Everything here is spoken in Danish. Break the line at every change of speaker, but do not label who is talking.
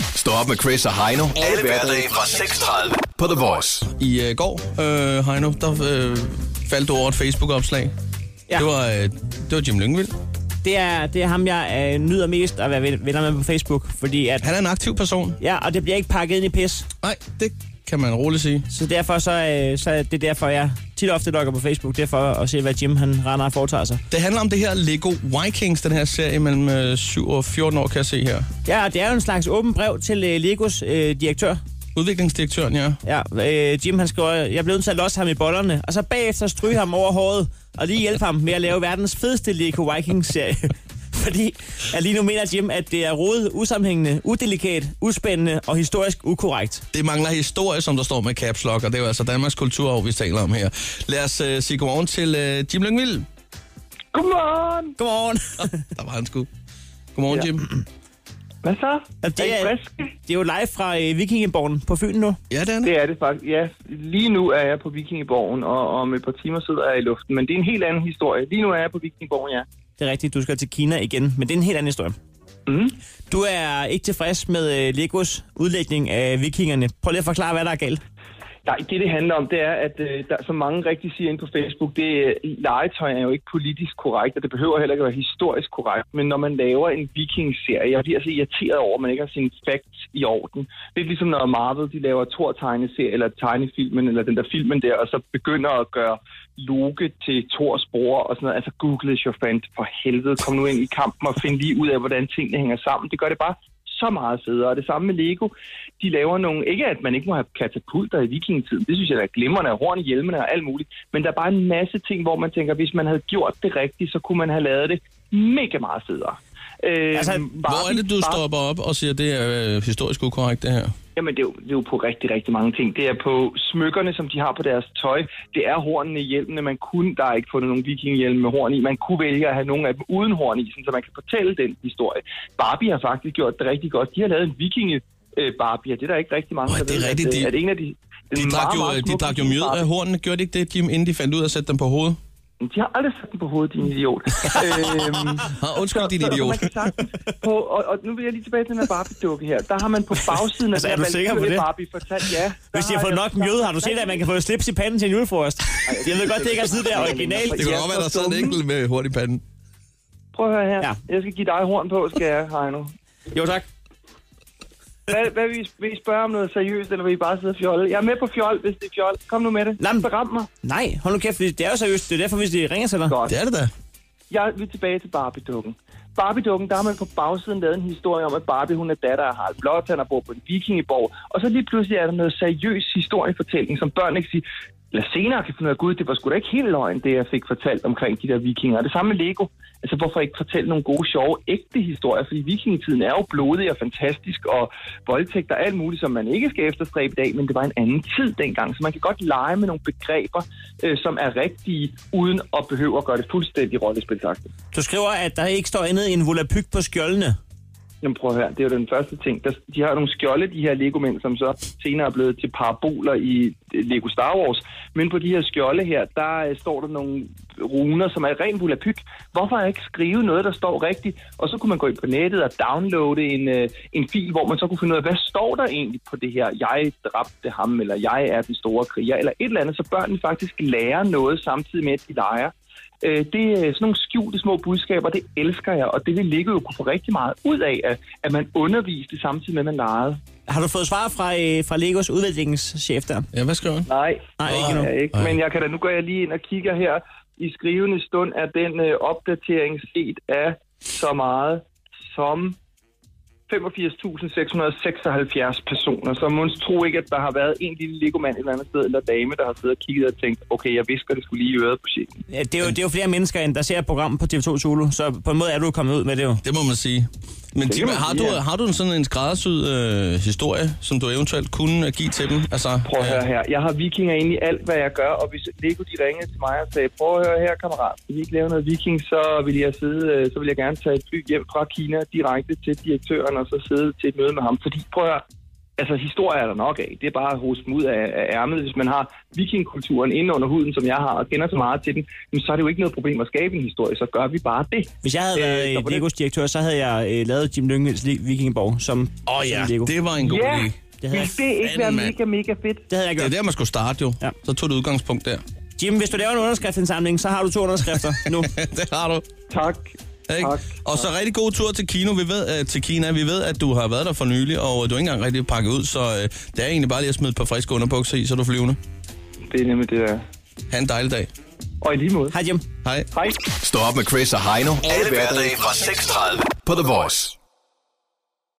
Stå op med Chris og Heino. Alle hverdage fra 6.30 på The Voice.
I øh, går, øh, Heino, der øh, faldt du over et Facebook-opslag. Ja.
Ja.
Det, var, øh, det var Jim Lyngvild.
Det er, det er ham, jeg øh, nyder mest at være ven- venner med på Facebook, fordi at...
Han er en aktiv person.
Ja, og det bliver ikke pakket ind i pis,
Nej, det kan man roligt sige.
så derfor så, øh, så er det er derfor, jeg tit og ofte logger på Facebook, det er for at se, hvad Jim han render og foretager sig.
Det handler om det her Lego Vikings, den her serie mellem øh, 7 og 14 år, kan jeg se her.
Ja, og det er jo en slags åben brev til øh, Legos øh, direktør.
Udviklingsdirektøren, ja.
Ja, øh, Jim han skriver, jeg blev nødt til at losse ham i bollerne, og så bagefter stryge ham over håret, og lige hjælpe ham med at lave verdens fedeste Lego Vikings-serie. Fordi at lige nu mener Jim, at det er rodet, usammenhængende, udelikat, uspændende og historisk ukorrekt.
Det mangler historie, som der står med caps lock, og det er jo altså Danmarks kulturarv, vi taler om her. Lad os øh, sige godmorgen til øh, Jim Lyngvild.
Godmorgen.
Godmorgen.
Der var han sgu. Godmorgen, ja.
Ja.
Jim.
Hvad så?
Og det, er,
friske?
det er jo live fra øh, Vikingeborgen på Fyn nu.
Ja, det er det.
Det er det faktisk. Ja, lige nu er jeg på Vikingeborgen, og om et par timer sidder jeg i luften. Men det er en helt anden historie. Lige nu er jeg på Vikingeborgen, ja.
Det er rigtigt, du skal til Kina igen, men det er en helt anden historie. Mhm.
Mm.
Du er ikke tilfreds med øh, Legos udlægning af vikingerne. Prøv lige at forklare, hvad der er galt.
Nej, det det handler om, det er, at øh, der, som mange rigtig siger inde på Facebook, det øh, legetøj er jo ikke politisk korrekt, og det behøver heller ikke at være historisk korrekt, men når man laver en vikingserie, jeg bliver så irriteret over, at man ikke har sine facts i orden. Det er ligesom når Marvel, de laver Thor tegneserie, eller tegnefilmen, eller den der filmen der, og så begynder at gøre Loke til Thors bror og sådan noget. Altså, googlede jo fandt for helvede, kom nu ind i kampen og find lige ud af, hvordan tingene hænger sammen. Det gør det bare så meget federe. Og det samme med Lego. De laver nogle... Ikke at man ikke må have katapulter i vikingetiden. Det synes jeg der er glimrende. Horn i hjelmene og alt muligt. Men der er bare en masse ting, hvor man tænker, hvis man havde gjort det rigtigt, så kunne man have lavet det mega meget federe. Øh,
Altså,
Hvor er det, du
Barbie-
stopper op og siger, det er øh, historisk ukorrekt, det her?
Jamen, det er, jo, det er jo på rigtig, rigtig mange ting. Det er på smykkerne, som de har på deres tøj. Det er hornene i hjelmene. Man kunne, der er ikke fundet nogen vikinghjelme med horn i. Man kunne vælge at have nogle af dem uden horn i, sådan, så man kan fortælle den historie. Barbie har faktisk gjort det rigtig godt. De har lavet en vikinge øh, Barbie, og det er der ikke rigtig mange,
Åh, det er
ved,
rigtigt.
at, øh,
De-
at en af de...
De
en
drak
meget,
jo, øh,
meget
de
smuk
drak jo
vikinge
mjød af hornene, gjorde de ikke det, Jim, inden de fandt ud af at sætte dem på hovedet?
Barbie. De har aldrig sat den på hovedet, din idiot. øhm,
Ah, undskyld, din
så
idiot.
Man kan sagtens på, og, og, nu vil jeg lige tilbage til den her Barbie-dukke her. Der har man på bagsiden af
Altså,
den
er
her
du sikker på
valkyrie
det?
Barbie fortalt, ja. Der
Hvis de har
har
fået
jeg-
nok mjød, har du set, at man kan få slips i panden til en julefrokost? Jeg ved godt, det ikke er altid der originalt.
Det kunne godt være, der sad en enkelt med hurtig i panden.
Prøv at høre her.
Ja.
Ja. Jeg skal give dig horn på, skal jeg, Heino.
Jo tak.
Hvad, hvad vil, I, vil I spørge om noget seriøst, eller vil I bare sidde og fjolle? Jeg er med på fjol, hvis det er fjol. Kom nu med det.
Lam.
Så ram mig.
Nej, hold nu kæft, det er jo seriøst. Det er derfor, hvis de ringer til dig.
Godt.
Det er det da.
Jeg vil tilbage til Barbie-dukken. Barbie-dukken, der har man på bagsiden lavet en historie om, at Barbie, hun er datter af Harald Blåt, han har boet på en vikingeborg. Og så lige pludselig er der noget seriøs historiefortælling, som børn ikke siger, eller senere kan finde ud af, gud, det var sgu da ikke helt løgn, det jeg fik fortalt omkring de der vikinger. Og Det samme med Lego. Altså, hvorfor ikke fortælle nogle gode, sjove, ægte historier? Fordi vikingetiden er jo blodig og fantastisk, og voldtægter og alt muligt, som man ikke skal efterstræbe i dag, men det var en anden tid dengang. Så man kan godt lege med nogle begreber, øh, som er rigtige, uden at behøve at gøre det fuldstændig rollespilsagtigt.
Du skriver, at der ikke står andet end volapyk på skjoldene.
Jamen prøv at høre, det er jo den første ting. Der, de har nogle skjolde, de her Lego-mænd, som så senere er blevet til paraboler i øh, Lego Star Wars. Men på de her skjolde her, der øh, står der nogle runer, som er ren volapyk. Hvorfor ikke skrive noget, der står rigtigt? Og så kunne man gå ind på nettet og downloade en, øh, en fil, hvor man så kunne finde ud af, hvad står der egentlig på det her? Jeg dræbte ham, eller jeg er den store kriger, eller et eller andet, så børnene faktisk lærer noget samtidig med, at de leger. Øh, det er sådan nogle skjulte små budskaber, det elsker jeg, og det vil ligge jo kunne få rigtig meget ud af, at, at man underviste samtidig med, at man legede.
Har du fået svar fra, øh, fra Legos udviklingschef der?
Ja, hvad skriver han?
Nej,
Nej, ikke
det
nu.
har jeg ikke.
Nej.
Men jeg kan da, nu går jeg lige ind og kigger her. I skrivende stund er den øh, opdatering set af så meget som 85.676 personer. Så man tro ikke, at der har været en lille legomand et eller andet sted, eller dame, der har siddet og kigget og tænkt, okay, jeg visker det skulle lige i øret på chefen.
Ja, Det er, jo, det er jo flere mennesker, end der ser programmet på TV2 Zulu, så på en måde er du kommet ud med det jo.
Det må man sige. Men
Det
Jim,
kan man
har, du,
sige, ja.
har du en sådan en skræddersyd øh, historie, som du eventuelt kunne øh, give til dem? Altså,
Prøv at høre her. Jeg har vikinger inde i alt, hvad jeg gør, og hvis Lego de ringede til mig og sagde, prøv at høre her, kammerat, hvis I ikke laver noget viking, så vil jeg, sidde, øh, så vil jeg gerne tage et fly hjem fra Kina direkte til direktøren, og så sidde til et møde med ham. Fordi, prøv at høre, altså, historier er der nok af. Det er bare at hoste dem ud af, af ærmet. Hvis man har vikingkulturen inde under huden, som jeg har, og kender så meget til den, jamen, så er det jo ikke noget problem at skabe en historie, så gør vi bare det.
Hvis jeg havde
Øh,
været
så på
øh,
den-
Legos direktør, så havde jeg øh, lavet Jim Lyngvilds Li- Vikingborg som,
Åh oh, ja,
som Lego.
det var en god
Ja,
idé.
Det havde jeg-
vil det ikke være
Fanden,
mega, mega fedt?
Det havde jeg
Det er
gjort.
der, man skulle starte jo.
Ja.
Så tog du udgangspunkt der.
Jim, hvis du laver en underskriftsindsamling, så har du to underskrifter nu.
det har du.
Tak.
Ikke?
Tak.
Og så rigtig god tur til, Kino. Vi ved, øh, til Kina. Vi ved, at du har været der for nylig, og øh, du er ikke engang rigtig pakket ud, så øh, det er egentlig bare lige at smide et par friske underbukser i, så er du flyvende.
Det er nemlig det der.
Ha' en dejlig dag.
Og i lige måde.
Hej Jim.
Hej.
Hej.
Stå op med Chris og Heino. Alle hverdage fra 6.30 på The Voice.